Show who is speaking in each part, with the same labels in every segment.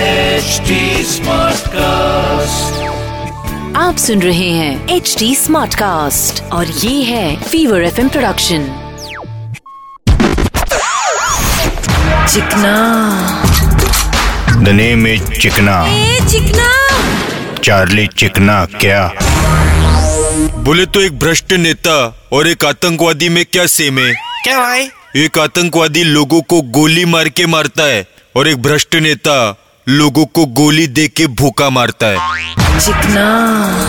Speaker 1: HD Smartcast.
Speaker 2: आप सुन रहे हैं एच डी स्मार्ट कास्ट और ये है फीवर एफ प्रोडक्शन चिकना
Speaker 3: The name is चिकना
Speaker 2: ए चिकना
Speaker 3: चार्ली चिकना क्या
Speaker 4: बोले तो एक भ्रष्ट नेता और एक आतंकवादी में क्या सेम है
Speaker 5: क्या भाई
Speaker 4: एक आतंकवादी लोगों को गोली मार के मारता है और एक भ्रष्ट नेता लोगों को गोली दे के भूखा मारता है
Speaker 2: चिकना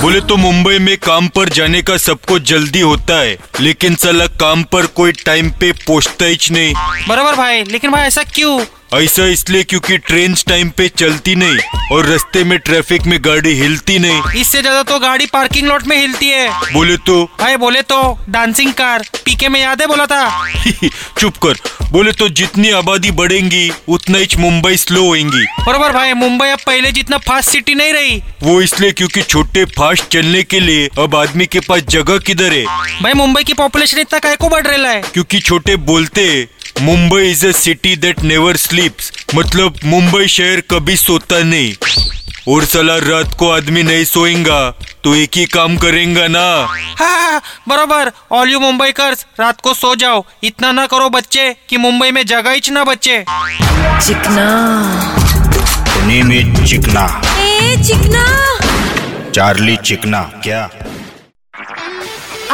Speaker 4: बोले तो मुंबई में काम पर जाने का सबको जल्दी होता है लेकिन साला काम पर कोई टाइम पे पहुंचता ही नहीं
Speaker 5: बराबर भाई लेकिन भाई ऐसा क्यों
Speaker 4: ऐसा इसलिए क्योंकि ट्रेन टाइम पे चलती नहीं और रास्ते में ट्रैफिक में गाड़ी हिलती नहीं
Speaker 5: इससे ज्यादा तो गाड़ी पार्किंग लॉट में हिलती है
Speaker 4: बोले तो
Speaker 5: भाई बोले तो डांसिंग कार पीके में याद है बोला था
Speaker 4: चुप कर बोले तो जितनी आबादी बढ़ेंगी उतना ही मुंबई स्लो होएंगी
Speaker 5: बराबर भाई मुंबई अब पहले जितना फास्ट सिटी नहीं रही
Speaker 4: वो इसलिए क्योंकि छोटे फास्ट चलने के लिए अब आदमी के पास जगह किधर है
Speaker 5: भाई मुंबई की पॉपुलेशन इतना काय को बढ़ रहा है
Speaker 4: क्योंकि छोटे बोलते हैं, Mumbai is a city that never sleeps मतलब मुंबई शहर कभी सोता नहीं और साला रात को आदमी नहीं सोएगा तो एक ही काम करेगा ना
Speaker 5: हाँ, हाँ, हाँ, बराबर ऑल यू मुंबई कर्स रात को सो जाओ इतना ना करो बच्चे कि मुंबई में जगह ही ना बच्चे
Speaker 2: चिकना
Speaker 3: The name is चिकना
Speaker 2: ए चिकना
Speaker 3: चार्ली चिकना क्या